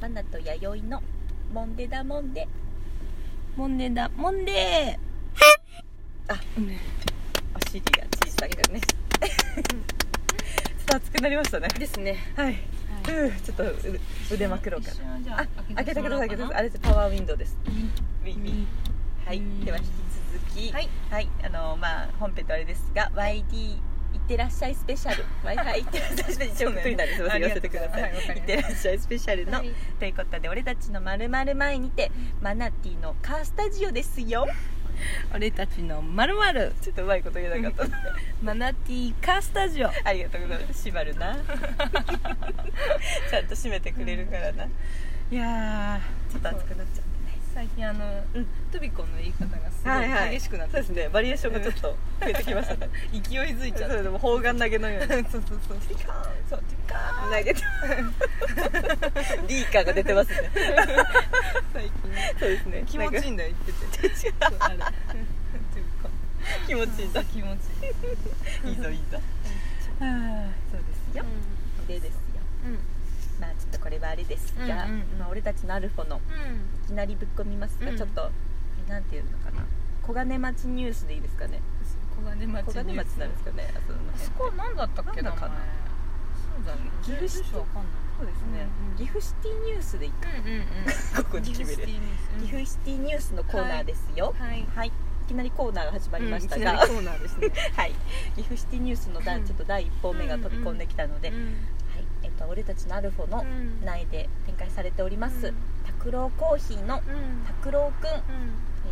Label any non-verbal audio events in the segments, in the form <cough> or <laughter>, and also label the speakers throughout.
Speaker 1: マナと弥生のモンデダモンデ
Speaker 2: モンデーだモンデー
Speaker 1: あ
Speaker 2: うん
Speaker 1: お尻が小さく
Speaker 2: <laughs>
Speaker 1: ねちょっと熱くなりましたね
Speaker 2: ですね
Speaker 1: はい、
Speaker 2: は
Speaker 1: うーちょっとう腕まくろうか
Speaker 2: 一
Speaker 1: な
Speaker 2: 瞬じゃ
Speaker 1: あ開けたけど開けたけ
Speaker 2: てもら
Speaker 1: ど
Speaker 2: おう
Speaker 1: あれですパワーウィンドウですウィンウィンは
Speaker 2: う
Speaker 1: い
Speaker 2: ん
Speaker 1: では引き続き
Speaker 2: はい、
Speaker 1: あのまあ本編とあれですが YD いってらっしゃいスペシャル Wi-Fi いってらっしゃいスペシャルちょっと得意なんですいません言わせてくださ
Speaker 2: ありがとうございますはいわか
Speaker 1: い
Speaker 2: り
Speaker 1: いって
Speaker 2: ました
Speaker 1: らっしゃいスペシャルの、
Speaker 2: はい
Speaker 1: ということで俺たちのまるまる前にてマナティのカースタジオですよ
Speaker 2: 俺たちのまるまる
Speaker 1: ちょっとうまいこと言えなかった
Speaker 2: マナティーカースタジオ
Speaker 1: ありがとうございます縛るなちゃんと締めてくれるからないやーちょっと熱くなっちゃったね
Speaker 2: 最近あの、
Speaker 1: うん
Speaker 2: トビコの言い方がす
Speaker 1: はい
Speaker 2: ご
Speaker 1: はい
Speaker 2: い激しくなっ
Speaker 1: そう
Speaker 2: て、
Speaker 1: ですねバリエーションがちょっと増えてきましたね
Speaker 2: 勢いづいちゃ
Speaker 1: そ
Speaker 2: って
Speaker 1: れでも砲丸投げのように
Speaker 2: そうそうそう
Speaker 1: ティカーンそうティカーン投げてリーカーが出てますね
Speaker 2: 最近ね
Speaker 1: そうですね
Speaker 2: 気持ちいいんだよ言っててそうあれトビコ
Speaker 1: 気持ちいいんだ
Speaker 2: 気持ちいい、
Speaker 1: いいぞいいぞあーそうですよでですよ
Speaker 2: うん
Speaker 1: まあちょっとこれはあれですが、
Speaker 2: うんうんうん
Speaker 1: まあ、俺たちのアルフォのいきなりぶっ込みますが、
Speaker 2: うん
Speaker 1: ちょっとなんていうのかな小金町ニュースでいいですかね
Speaker 2: 小金町
Speaker 1: 小金町なんですかねあその
Speaker 2: あそこは何だったっけ
Speaker 1: なんだか
Speaker 2: な
Speaker 1: な
Speaker 2: そうだね
Speaker 1: 岐阜市
Speaker 2: 住所わかん
Speaker 1: そうですね、
Speaker 2: うんうん
Speaker 1: 岐阜シティニュースでいいか
Speaker 2: ないうんうんうん
Speaker 1: ここに決める
Speaker 2: 岐
Speaker 1: 岐
Speaker 2: 阜
Speaker 1: 阜シティニュースのコーナーですよ
Speaker 2: はい
Speaker 1: はい、い、きなりコーナーが始まりましたが、
Speaker 2: うんいきなりコーナーですね
Speaker 1: はい岐阜シティニュースのだ
Speaker 2: うん
Speaker 1: ちょっと第一報目が飛び込んできたので、
Speaker 2: うん
Speaker 1: はいえっと俺たちのアルフォの
Speaker 2: うん
Speaker 1: 内で展開されております
Speaker 2: うん
Speaker 1: 拓郎、コーヒーの
Speaker 2: うんうん
Speaker 1: 拓郎くん、えっ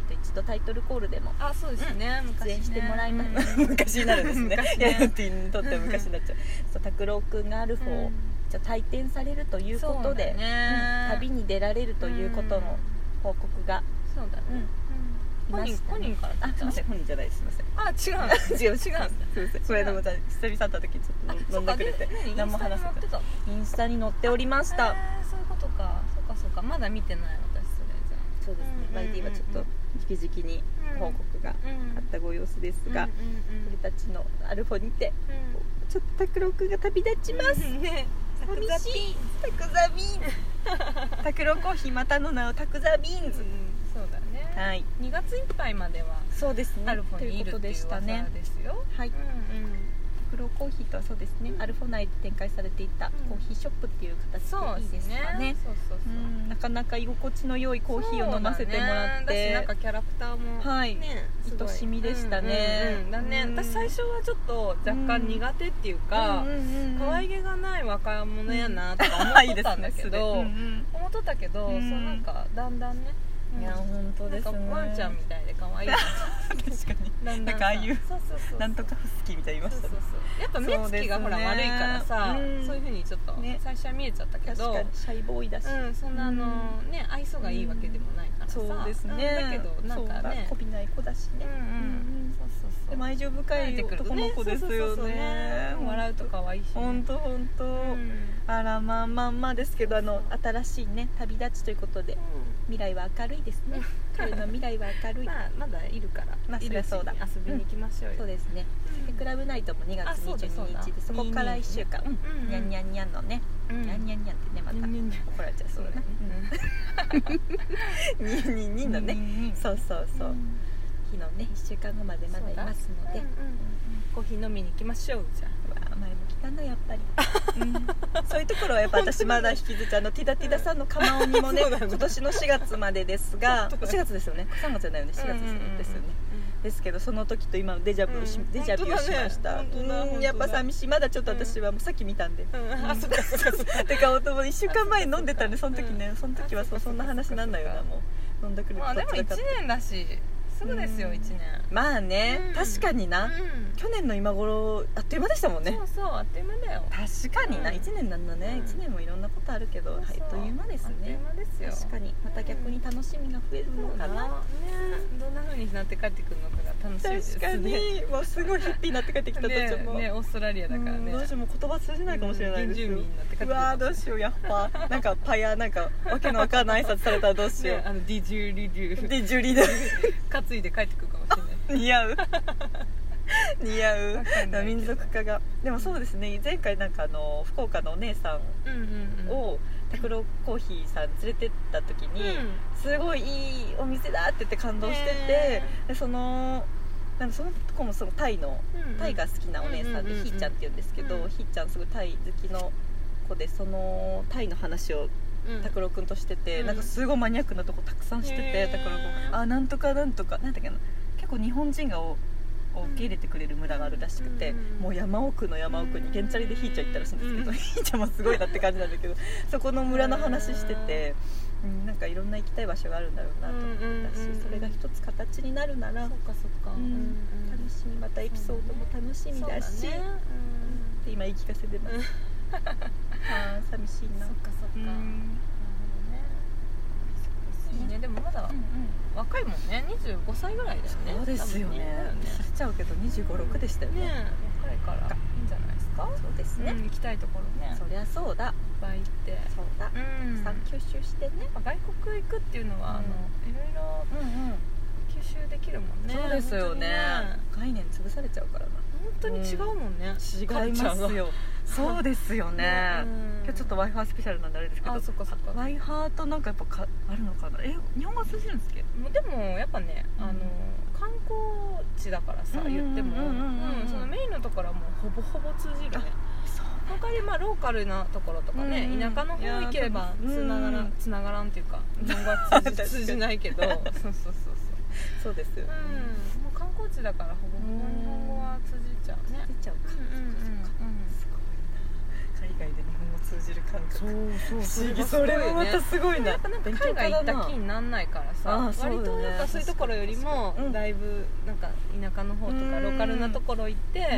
Speaker 1: と一度タイトルコールでも
Speaker 2: あそうですね昔
Speaker 1: 出
Speaker 2: ね
Speaker 1: 演してもらいま
Speaker 2: うん
Speaker 1: す、 <laughs> 昔になるんですね
Speaker 2: 昔
Speaker 1: い
Speaker 2: ね
Speaker 1: やティーにとっては昔になっちゃうそう拓郎くんがアルフォをじゃあ退店されるということで、
Speaker 2: そうだね
Speaker 1: うん旅に出られるということの報告が
Speaker 2: そうだね
Speaker 1: うん
Speaker 2: 本
Speaker 1: いま
Speaker 2: 人
Speaker 1: したね
Speaker 2: 本人から
Speaker 1: あすいませ
Speaker 2: ん
Speaker 1: ん本人じゃないですすいません
Speaker 2: あ <laughs> 違う
Speaker 1: 違う違うすいませんこれでもじゃあ久々会った時ちょ
Speaker 2: あ
Speaker 1: っと
Speaker 2: そ
Speaker 1: 飲
Speaker 2: うんか
Speaker 1: でくれ
Speaker 2: で
Speaker 1: て
Speaker 2: 何
Speaker 1: 何も話せな
Speaker 2: インスタに載ってた
Speaker 1: インスタに載っておりました
Speaker 2: あーそういうことかそうかそうかまだ見てない私それじゃ
Speaker 1: そうですね
Speaker 2: うんうんうん
Speaker 1: YT はちょっと直々に報告が
Speaker 2: あうん
Speaker 1: あったご様子ですが、
Speaker 2: うんうんうん
Speaker 1: 俺たちのアルフォにて
Speaker 2: うん
Speaker 1: ちょっと拓郎くんが旅立ちます、
Speaker 2: ね
Speaker 1: 寂しいタクザビーンズタクロコーヒーまたの名をタクザビーンズ
Speaker 2: そうだね
Speaker 1: はい
Speaker 2: 2月いっぱいまでは
Speaker 1: そうですね
Speaker 2: アルフォにいるっていう噂ですよ
Speaker 1: はい
Speaker 2: うんうん
Speaker 1: タクロコーヒーとはそうですね、
Speaker 2: うん
Speaker 1: アルフォ内で展開されていたコーヒーショップっていう
Speaker 2: そう
Speaker 1: 形でいいで
Speaker 2: ですす
Speaker 1: かね
Speaker 2: ねそうそう
Speaker 1: う
Speaker 2: そうん
Speaker 1: なかなか居心地の良いコーヒーを飲ませてもらっ
Speaker 2: そうだね
Speaker 1: て
Speaker 2: だしなんかキャラクターも
Speaker 1: はい
Speaker 2: ねすごい
Speaker 1: 愛しみでしたね
Speaker 2: うんうんうんだね
Speaker 1: うん
Speaker 2: 私最初はちょっと若干苦手っていうか
Speaker 1: うんうんうん
Speaker 2: 可愛げがない若者やなとか思
Speaker 1: あい
Speaker 2: っ
Speaker 1: い
Speaker 2: て
Speaker 1: で
Speaker 2: た
Speaker 1: す
Speaker 2: んだ
Speaker 1: ね
Speaker 2: け
Speaker 1: 素 <laughs>
Speaker 2: ど
Speaker 1: でうん
Speaker 2: 思っとったけどそううんなんかだんだんね
Speaker 1: うんいや本当
Speaker 2: な
Speaker 1: で
Speaker 2: ん
Speaker 1: す
Speaker 2: か
Speaker 1: ね
Speaker 2: ワンちゃんみたいで可愛い
Speaker 1: 確かに
Speaker 2: だんだ
Speaker 1: <laughs> な
Speaker 2: ん
Speaker 1: ん
Speaker 2: さ
Speaker 1: かああいう
Speaker 2: そうそうそうそう
Speaker 1: なんとかフスキーみたいに言いま
Speaker 2: そ
Speaker 1: し
Speaker 2: うそ
Speaker 1: たね
Speaker 2: うそうやっぱ目つきがほら
Speaker 1: そうです
Speaker 2: 悪
Speaker 1: ね
Speaker 2: いからさ
Speaker 1: うん
Speaker 2: そういうふうにちょっと
Speaker 1: ね
Speaker 2: 最初は見えちゃったけど
Speaker 1: 確かにシャイボーイだし、
Speaker 2: うんそんなあのね愛想がいいわけでもないからさ
Speaker 1: そうですね
Speaker 2: だけどなんかね
Speaker 1: こびない子だし
Speaker 2: うんう
Speaker 1: ね、
Speaker 2: んそうそうそう
Speaker 1: でも愛情
Speaker 2: 慣
Speaker 1: 深
Speaker 2: れ
Speaker 1: い
Speaker 2: てくると
Speaker 1: 男
Speaker 2: ね
Speaker 1: の子です
Speaker 2: そうそう
Speaker 1: よ
Speaker 2: そうそう
Speaker 1: ね
Speaker 2: 笑うと可愛いしね
Speaker 1: 本当本当、
Speaker 2: うん
Speaker 1: あらまあまあまあですけどあの新しいね旅立ちということで未来は明るいですね彼の未来は明るい、
Speaker 2: <laughs> まあまだいるから
Speaker 1: まあ
Speaker 2: いるし
Speaker 1: そりゃそうだ
Speaker 2: 遊びに行きましょうよ
Speaker 1: そうですねでクラブナイトも2
Speaker 2: あ
Speaker 1: 月
Speaker 2: そうだそうだ
Speaker 1: 22日でそこから1週間、うん
Speaker 2: うんうん
Speaker 1: にゃんにゃんにゃんのね、
Speaker 2: うん
Speaker 1: にゃんにゃんにゃんってねまた
Speaker 2: にゃんにゃん
Speaker 1: 怒られちゃいそ
Speaker 2: そう
Speaker 1: うだ
Speaker 2: だ
Speaker 1: ね
Speaker 2: ね
Speaker 1: にんにんにんのね
Speaker 2: ね
Speaker 1: そうそうそう、日のね1週間後までまだいますので、
Speaker 2: でコーヒー飲みに行きましょうじゃあ
Speaker 1: うわ前も来たなやっぱり、そういうところはやっぱ私まだ引きずっちゃうあのティダティダさんの釜鬼もね
Speaker 2: <laughs> そうなんだ
Speaker 1: 今年の4月までですが4
Speaker 2: そうなんだ
Speaker 1: 月ですよね3月じゃないよね4月ですよね,、ですよねですけどその時と今のデジャブをし、
Speaker 2: うん
Speaker 1: デジャブをしました、
Speaker 2: 本当だね本当だ
Speaker 1: うん
Speaker 2: 本当だ
Speaker 1: やっぱ寂しいまだちょっと私はもうさっき見たんで、
Speaker 2: うんうんうんうんあそうかそうかそうか
Speaker 1: <laughs> てか夫も1週間前に飲んでたんでその時ね、
Speaker 2: うん
Speaker 1: その時はそう
Speaker 2: あ
Speaker 1: そ
Speaker 2: そっかそっかそっか
Speaker 1: んな話なんだよなもう飲んだくる
Speaker 2: まあでも
Speaker 1: こっち
Speaker 2: 1
Speaker 1: だから
Speaker 2: 年だしすぐですよ
Speaker 1: うん
Speaker 2: 1年
Speaker 1: まあね、
Speaker 2: うん
Speaker 1: 確かにな、
Speaker 2: うん
Speaker 1: 去年の今頃あっという間でしたもんね
Speaker 2: そうそうあっという間だよ
Speaker 1: 確かにな、
Speaker 2: うん
Speaker 1: 1年なんだね、
Speaker 2: うん
Speaker 1: 1年もいろんなことあるけど、
Speaker 2: そう
Speaker 1: はい、
Speaker 2: そ
Speaker 1: あっという間ですね
Speaker 2: あっという間ですよ
Speaker 1: 確かにまた逆に楽しみが増えるの
Speaker 2: そう
Speaker 1: か
Speaker 2: だ
Speaker 1: な、
Speaker 2: なねどんな風になって帰ってくるのかが楽しみです
Speaker 1: 確かに、
Speaker 2: ね
Speaker 1: もうすごいヒッピーになって帰ってきたと
Speaker 2: ね
Speaker 1: ちも、
Speaker 2: ねオーストラリアだから
Speaker 1: うん
Speaker 2: ね
Speaker 1: どうしてもう言葉通じないかもしれないです
Speaker 2: 原住民になって帰って
Speaker 1: う
Speaker 2: くる
Speaker 1: わーどうしようやっぱなんかパヤなんかわけのわかんない挨拶されたらどうしよ
Speaker 2: ねあのディジュリ
Speaker 1: う、
Speaker 2: リュ
Speaker 1: でジュリーだ
Speaker 2: 担いで帰ってくるかもしれない
Speaker 1: 似合う <laughs> 似合
Speaker 2: わかんな
Speaker 1: う
Speaker 2: いけど
Speaker 1: 民族化がでもそうですね前回なんかあの福岡のお姉さん
Speaker 2: うんうんうん
Speaker 1: を拓郎コーヒーさん連れてった時に、すごいいいお店だって言って感動してて、
Speaker 2: ね
Speaker 1: でそのなんかその子もそのタイの
Speaker 2: うん
Speaker 1: タイが好きなお姉さんで、
Speaker 2: うんうんうんうん
Speaker 1: ひーちゃんって言うんですけど、
Speaker 2: うん
Speaker 1: ひーちゃんすごいタイ好きの子でそのタイの話を
Speaker 2: うん
Speaker 1: 拓郎君としてて、
Speaker 2: うん
Speaker 1: なんかすごいマニアックなとこたくさんしてて
Speaker 2: へー
Speaker 1: 拓郎君あなんとかなんとかなんだっけな結構日本人がおを受け入れてくれる村があるらしくて、
Speaker 2: うん
Speaker 1: もう山奥の山奥に原チャリでひーちゃん行ったらしいんですけど、
Speaker 2: うん
Speaker 1: ひーちゃんもすごいなって感じなんだけどそこの村の話してて、うん、なんかいろんな行きたい場所があるんだろうなと思ったし、
Speaker 2: うんうんうん
Speaker 1: それが一つ形になるな
Speaker 2: そ
Speaker 1: ら、
Speaker 2: っかそっか、
Speaker 1: うん楽しみまたエピソードも楽しみだし
Speaker 2: そうだね
Speaker 1: っ
Speaker 2: う
Speaker 1: て今言い聞かせてます、
Speaker 2: うん
Speaker 1: <laughs> あー寂しい
Speaker 2: ん、そ
Speaker 1: な
Speaker 2: っかそっか、なるほどねいいねでもまだ若いもんね25歳ぐらいだよね
Speaker 1: そうですよね
Speaker 2: 多分ね
Speaker 1: 忘れちゃうけど2 5 6でしたよね
Speaker 2: ね若いからいいんじゃないですか、
Speaker 1: そうですね、
Speaker 2: うん行きたいところね
Speaker 1: そりゃそうだ
Speaker 2: いっぱい行って
Speaker 1: そうだ、
Speaker 2: うん
Speaker 1: たくさん吸収してね
Speaker 2: やっぱ外国行くっていうのは、あのいろいろ
Speaker 1: うんう
Speaker 2: 吸収できるもんね
Speaker 1: そうですよね概念潰されちゃうからな
Speaker 2: 本当にね本当に違うもんね、カルチャーが
Speaker 1: よそうですよね
Speaker 2: うん
Speaker 1: 今日ちょっと w i f i スペシャルなんであれですけど
Speaker 2: あそっかそっか
Speaker 1: w i f i となんかやっぱかあるのかなえ日本語通じるんですっけ
Speaker 2: もうでもやっぱね、
Speaker 1: うん
Speaker 2: あの観光地だからさ、
Speaker 1: うん
Speaker 2: 言っても、
Speaker 1: うんうんうんうん
Speaker 2: うんそのメインのところはもうほぼほぼ通じるね
Speaker 1: そう
Speaker 2: 他でまあローカルなところとかね、
Speaker 1: うん
Speaker 2: 田舎の方行ければ
Speaker 1: いやー
Speaker 2: つながら
Speaker 1: うん
Speaker 2: んつながらんっていう <laughs> か日本語は通
Speaker 1: 確か
Speaker 2: じ
Speaker 1: に
Speaker 2: 通じないけどそうそうそうそう
Speaker 1: そうですよ
Speaker 2: う
Speaker 1: ね
Speaker 2: んもう観光地だからほぼほぼ日本語は通じちゃうね
Speaker 1: 出ちゃうか、そっかすごいな海外で日本語通じる感覚
Speaker 2: そう
Speaker 1: 不思議それもまたすごいな
Speaker 2: やっぱなんか海外行った気になんないから
Speaker 1: あ
Speaker 2: さ
Speaker 1: そうだね
Speaker 2: 割とやっぱそういうところよりも
Speaker 1: うん
Speaker 2: だいぶなんか田舎の方と
Speaker 1: う
Speaker 2: か
Speaker 1: ん
Speaker 2: ローカルなところ行ってそう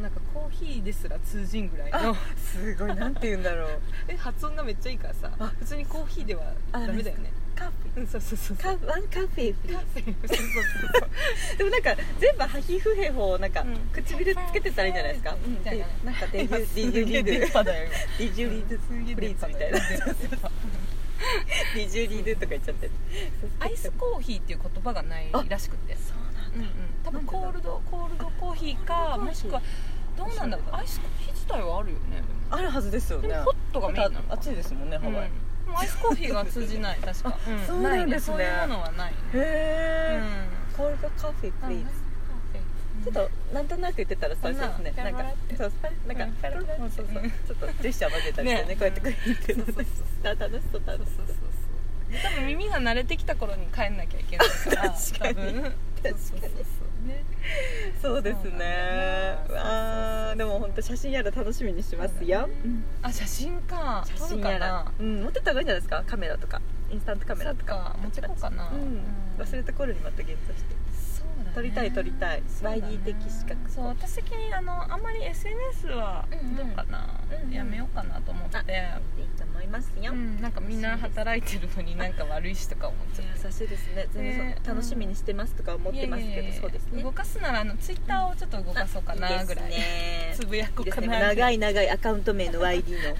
Speaker 2: なんんかコーヒーですら通じんぐらいの
Speaker 1: あすごいなんて言うんだろう
Speaker 2: え <laughs> 発音がめっちゃいいからさ
Speaker 1: あ
Speaker 2: 普通にコーヒーではダメだよね
Speaker 1: カフ
Speaker 2: うんそうそうそう
Speaker 1: ェカワンカフェプリー
Speaker 2: カフェそうそうそう
Speaker 1: でもなんか全部ハヒフヘホをなんか
Speaker 2: うん
Speaker 1: 唇つけてたらいいんじゃないですか、
Speaker 2: うん
Speaker 1: でなんかディ
Speaker 2: 今
Speaker 1: デ
Speaker 2: <laughs> す
Speaker 1: ィ
Speaker 2: げえ
Speaker 1: リード
Speaker 2: 出っ歯だよ
Speaker 1: ディジュリード
Speaker 2: すげえ
Speaker 1: プリーズみたいな
Speaker 2: 出っ歯だよ
Speaker 1: ディジュリードとか言っちゃって
Speaker 2: アイスコーヒーっていう言葉がないらしくて
Speaker 1: そうなん
Speaker 2: うんうん多分コールドコールドコーヒーか
Speaker 1: あコールドコーヒー
Speaker 2: もしくはどうなんだろうアイスコーヒー自体はあるよね
Speaker 1: あるはずですよ
Speaker 2: で
Speaker 1: ね
Speaker 2: もホットがメインなのか
Speaker 1: 暑いですもんねハ
Speaker 2: うん、
Speaker 1: ワイ、
Speaker 2: でもアイスコーヒーが通
Speaker 1: <laughs>
Speaker 2: じない確か、
Speaker 1: あそうなんですね
Speaker 2: ないそういうものはないね
Speaker 1: へ
Speaker 2: うん
Speaker 1: え、コールドカフェプリーズちょっ
Speaker 2: と
Speaker 1: となんとなく言ってたらさ、
Speaker 2: うん
Speaker 1: そうですね、
Speaker 2: ペ
Speaker 1: な
Speaker 2: ロ
Speaker 1: んか
Speaker 2: ペロって、
Speaker 1: そう、なんか
Speaker 2: うん、
Speaker 1: ペロペロ
Speaker 2: うん
Speaker 1: そうそう、ちょっとジェスチャー混ぜたりしてね、
Speaker 2: ね
Speaker 1: こうやってくれってるの
Speaker 2: そ
Speaker 1: で
Speaker 2: うそうそう、
Speaker 1: あ楽しそう、楽しそう、
Speaker 2: 多分耳が慣れてきた頃に帰んなきゃいけないから
Speaker 1: 確かに
Speaker 2: 多分
Speaker 1: 確かに
Speaker 2: ね
Speaker 1: そうですね。
Speaker 2: そうなんだよな
Speaker 1: わあ、でも本当写真やら楽しみにしてますよ。うん
Speaker 2: あ写真か
Speaker 1: 写
Speaker 2: 撮
Speaker 1: 真
Speaker 2: るか
Speaker 1: や
Speaker 2: な
Speaker 1: ら、うん、持ってった方がいいんじゃないですか、カメラとか、インスタントカメラとか
Speaker 2: そっか。持ってこうかな
Speaker 1: うん、忘れた頃にまた現像して。
Speaker 2: そうだね
Speaker 1: 撮りたい撮りたい
Speaker 2: そうだね
Speaker 1: YD 的資格
Speaker 2: そう私的にあのあんまり SNS は
Speaker 1: うんうん
Speaker 2: どうかな、
Speaker 1: うんうん
Speaker 2: やめようかなと思って、
Speaker 1: いいと思いますよ。
Speaker 2: うん、なんかみんな働いてるのになんか悪いしとか思っちゃって
Speaker 1: 優しいですね。全然
Speaker 2: ね
Speaker 1: そう楽しみにしてますとか思ってますけ
Speaker 2: いやいやい
Speaker 1: ど、
Speaker 2: や
Speaker 1: そうですね。
Speaker 2: 動かすならあのツイッターをちょっと動かそうかなぐらい
Speaker 1: いいです
Speaker 2: つ
Speaker 1: ね
Speaker 2: ぶや
Speaker 1: いい
Speaker 2: こ
Speaker 1: うです
Speaker 2: か
Speaker 1: ね
Speaker 2: な
Speaker 1: 長い長いアカウント名の YD <laughs> の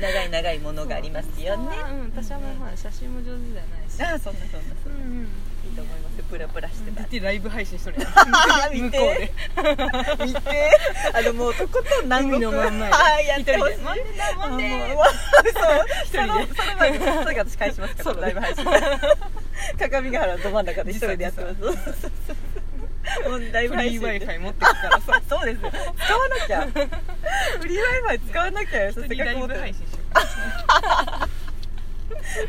Speaker 1: 長い長いものがありますよね
Speaker 2: そううん、私はもうほら写真も上手じゃないし
Speaker 1: ああそんなそんなそ
Speaker 2: うんん
Speaker 1: な
Speaker 2: うん
Speaker 1: いいと思いますよブラブラしてた
Speaker 2: だってライブ配信しとるやん
Speaker 1: 見
Speaker 2: 向
Speaker 1: て
Speaker 2: こうで
Speaker 1: 見てあのもうとことん南国
Speaker 2: 海のま
Speaker 1: <laughs>
Speaker 2: んまや
Speaker 1: はいやってほしい
Speaker 2: 一人でマンデーマンデー
Speaker 1: そうそ
Speaker 2: 人で
Speaker 1: のそれまでそれが私返しますか
Speaker 2: そ
Speaker 1: ら
Speaker 2: うだ
Speaker 1: ラ
Speaker 2: ね
Speaker 1: イブ <laughs> 配信鏡ヶ原のど真ん中で一人でやってますそうそうそうもうライブ
Speaker 2: フ
Speaker 1: 配
Speaker 2: リ
Speaker 1: 信
Speaker 2: ー
Speaker 1: で
Speaker 2: Wi-Fi 持ってくからさ
Speaker 1: そうですよ使わなきゃ <laughs> フリー Wi-Fi 使わなきゃよ
Speaker 2: 一
Speaker 1: せ
Speaker 2: 人
Speaker 1: っ
Speaker 2: で
Speaker 1: か
Speaker 2: ラ
Speaker 1: く持って
Speaker 2: イブ
Speaker 1: る
Speaker 2: 配信しようか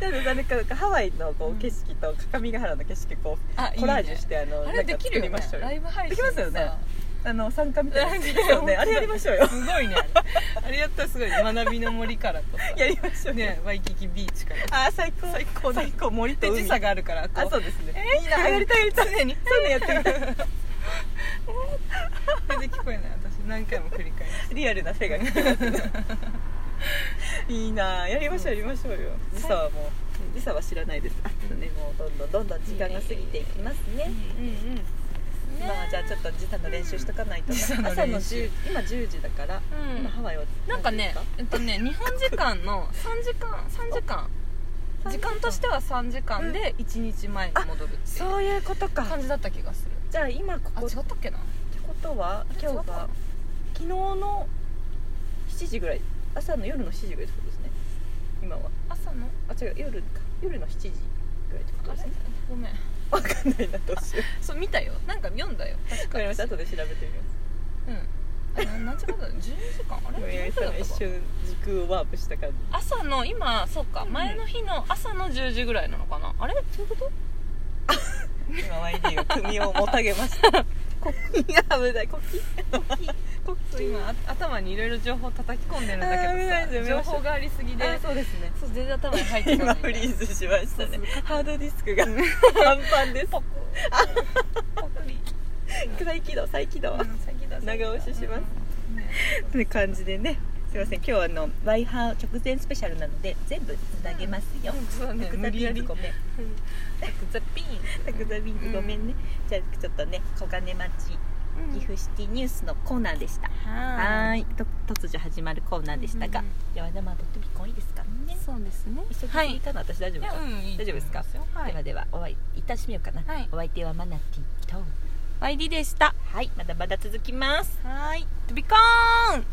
Speaker 1: なのでなんかなんかハワイのこう景色と各務原の景色こう
Speaker 2: あいいね
Speaker 1: コラージュしてあの
Speaker 2: あ
Speaker 1: なんか
Speaker 2: れでき
Speaker 1: 作
Speaker 2: る
Speaker 1: り
Speaker 2: よ
Speaker 1: ま
Speaker 2: ね
Speaker 1: しょうよ
Speaker 2: ライブ配信
Speaker 1: できますよね
Speaker 2: さ
Speaker 1: あの参加みたいなやつ
Speaker 2: ね <laughs>
Speaker 1: ですよねあれやりましょうよ
Speaker 2: すごいねあれやったらすごい学びの森からとさ
Speaker 1: やりましょうよ
Speaker 2: ねワイキキビーチから
Speaker 1: <laughs> あー最高最高最高森と
Speaker 2: で
Speaker 1: 海
Speaker 2: 時差があるからこ
Speaker 1: あそうですねいいなやりたいやりたい
Speaker 2: 常に
Speaker 1: そういうのやってみたい
Speaker 2: 全然聞こえない私何回も繰り返す
Speaker 1: リアルな背が聞けます
Speaker 2: <laughs>
Speaker 1: ねいいなやりましょうやりましょうよ時差はもう時差は知らないですあとねもうどんどんどんどん時間が過ぎていきますね
Speaker 2: うんうん
Speaker 1: まあじゃあちょっと時差の練習しとかないとな
Speaker 2: 時差の練習
Speaker 1: 朝の10今10時だから、
Speaker 2: うん
Speaker 1: 今ハワイは
Speaker 2: なんかね
Speaker 1: 何時
Speaker 2: えっとね日本時間の3時間3時間
Speaker 1: 間
Speaker 2: 時間としては3時間で1日前に戻るって
Speaker 1: ですか
Speaker 2: いう
Speaker 1: そういうことか
Speaker 2: 感じだった気がする
Speaker 1: じゃあ今こ
Speaker 2: あ
Speaker 1: こ
Speaker 2: 違
Speaker 1: って
Speaker 2: ったっけな
Speaker 1: ことは今日
Speaker 2: 違う
Speaker 1: が
Speaker 2: か
Speaker 1: 昨日の7時ぐらい朝の夜の7時ぐらいってことですね今は違う夜か夜の7時ぐらいってことですね
Speaker 2: ごめん
Speaker 1: わかんないなどうしよう
Speaker 2: そう見たよなんか読んだよ確
Speaker 1: わか
Speaker 2: か
Speaker 1: り
Speaker 2: に
Speaker 1: ました後で調べてみます
Speaker 2: うんあな何時間だ12時間あ
Speaker 1: 今
Speaker 2: れ
Speaker 1: や
Speaker 2: 12
Speaker 1: さ
Speaker 2: 時
Speaker 1: ん
Speaker 2: 間
Speaker 1: の
Speaker 2: だ
Speaker 1: 一
Speaker 2: ったか
Speaker 1: 瞬時空をワープした感じ
Speaker 2: 朝の今そうか
Speaker 1: うん
Speaker 2: 前の日の朝の10時ぐらいなのかなあれどういうこと
Speaker 1: 今 YD が首をもたげましたコッキ <laughs> ー危ないコッキーコッ
Speaker 2: そう今あ頭にいろいろ情報叩き込んでるんだ
Speaker 1: あー見ない
Speaker 2: け
Speaker 1: で
Speaker 2: ど
Speaker 1: 見
Speaker 2: さ情
Speaker 1: ましょう
Speaker 2: 報がありすぎで
Speaker 1: あそうですね
Speaker 2: そう全然頭に入って
Speaker 1: 今
Speaker 2: ない
Speaker 1: フリーズしましたね
Speaker 2: そう
Speaker 1: ハードディスクがパンパンです
Speaker 2: ポクポクリ
Speaker 1: <laughs> 再起動再起動、
Speaker 2: うん先だ
Speaker 1: 長押しします
Speaker 2: うんね
Speaker 1: という感じでねすいません今日はあのワイハー直前スペシャルなので全部つなげますよ、
Speaker 2: うんそうね
Speaker 1: タク
Speaker 2: 無
Speaker 1: ザ
Speaker 2: 理
Speaker 1: ビ
Speaker 2: や
Speaker 1: ンズ
Speaker 2: り
Speaker 1: ごめん
Speaker 2: タクザピン
Speaker 1: タクザビンズごめんね、じゃあちょっとね小金町岐阜シティニュースのコーナーでした、はー
Speaker 2: はい
Speaker 1: と突如始まるコーナーでしたが、
Speaker 2: うんうん
Speaker 1: 山田マートってビコンいいですかね
Speaker 2: そうですね
Speaker 1: 一緒
Speaker 2: は
Speaker 1: にい
Speaker 2: い
Speaker 1: たの、私大丈夫
Speaker 2: い
Speaker 1: か
Speaker 2: やうんいい
Speaker 1: 大丈夫ですか
Speaker 2: と思いますよはい
Speaker 1: ではではお会いいたしみようかな、
Speaker 2: はい
Speaker 1: お相手はマナティと
Speaker 2: YD でした
Speaker 1: はいまだまだ続きます
Speaker 2: はい飛びコーン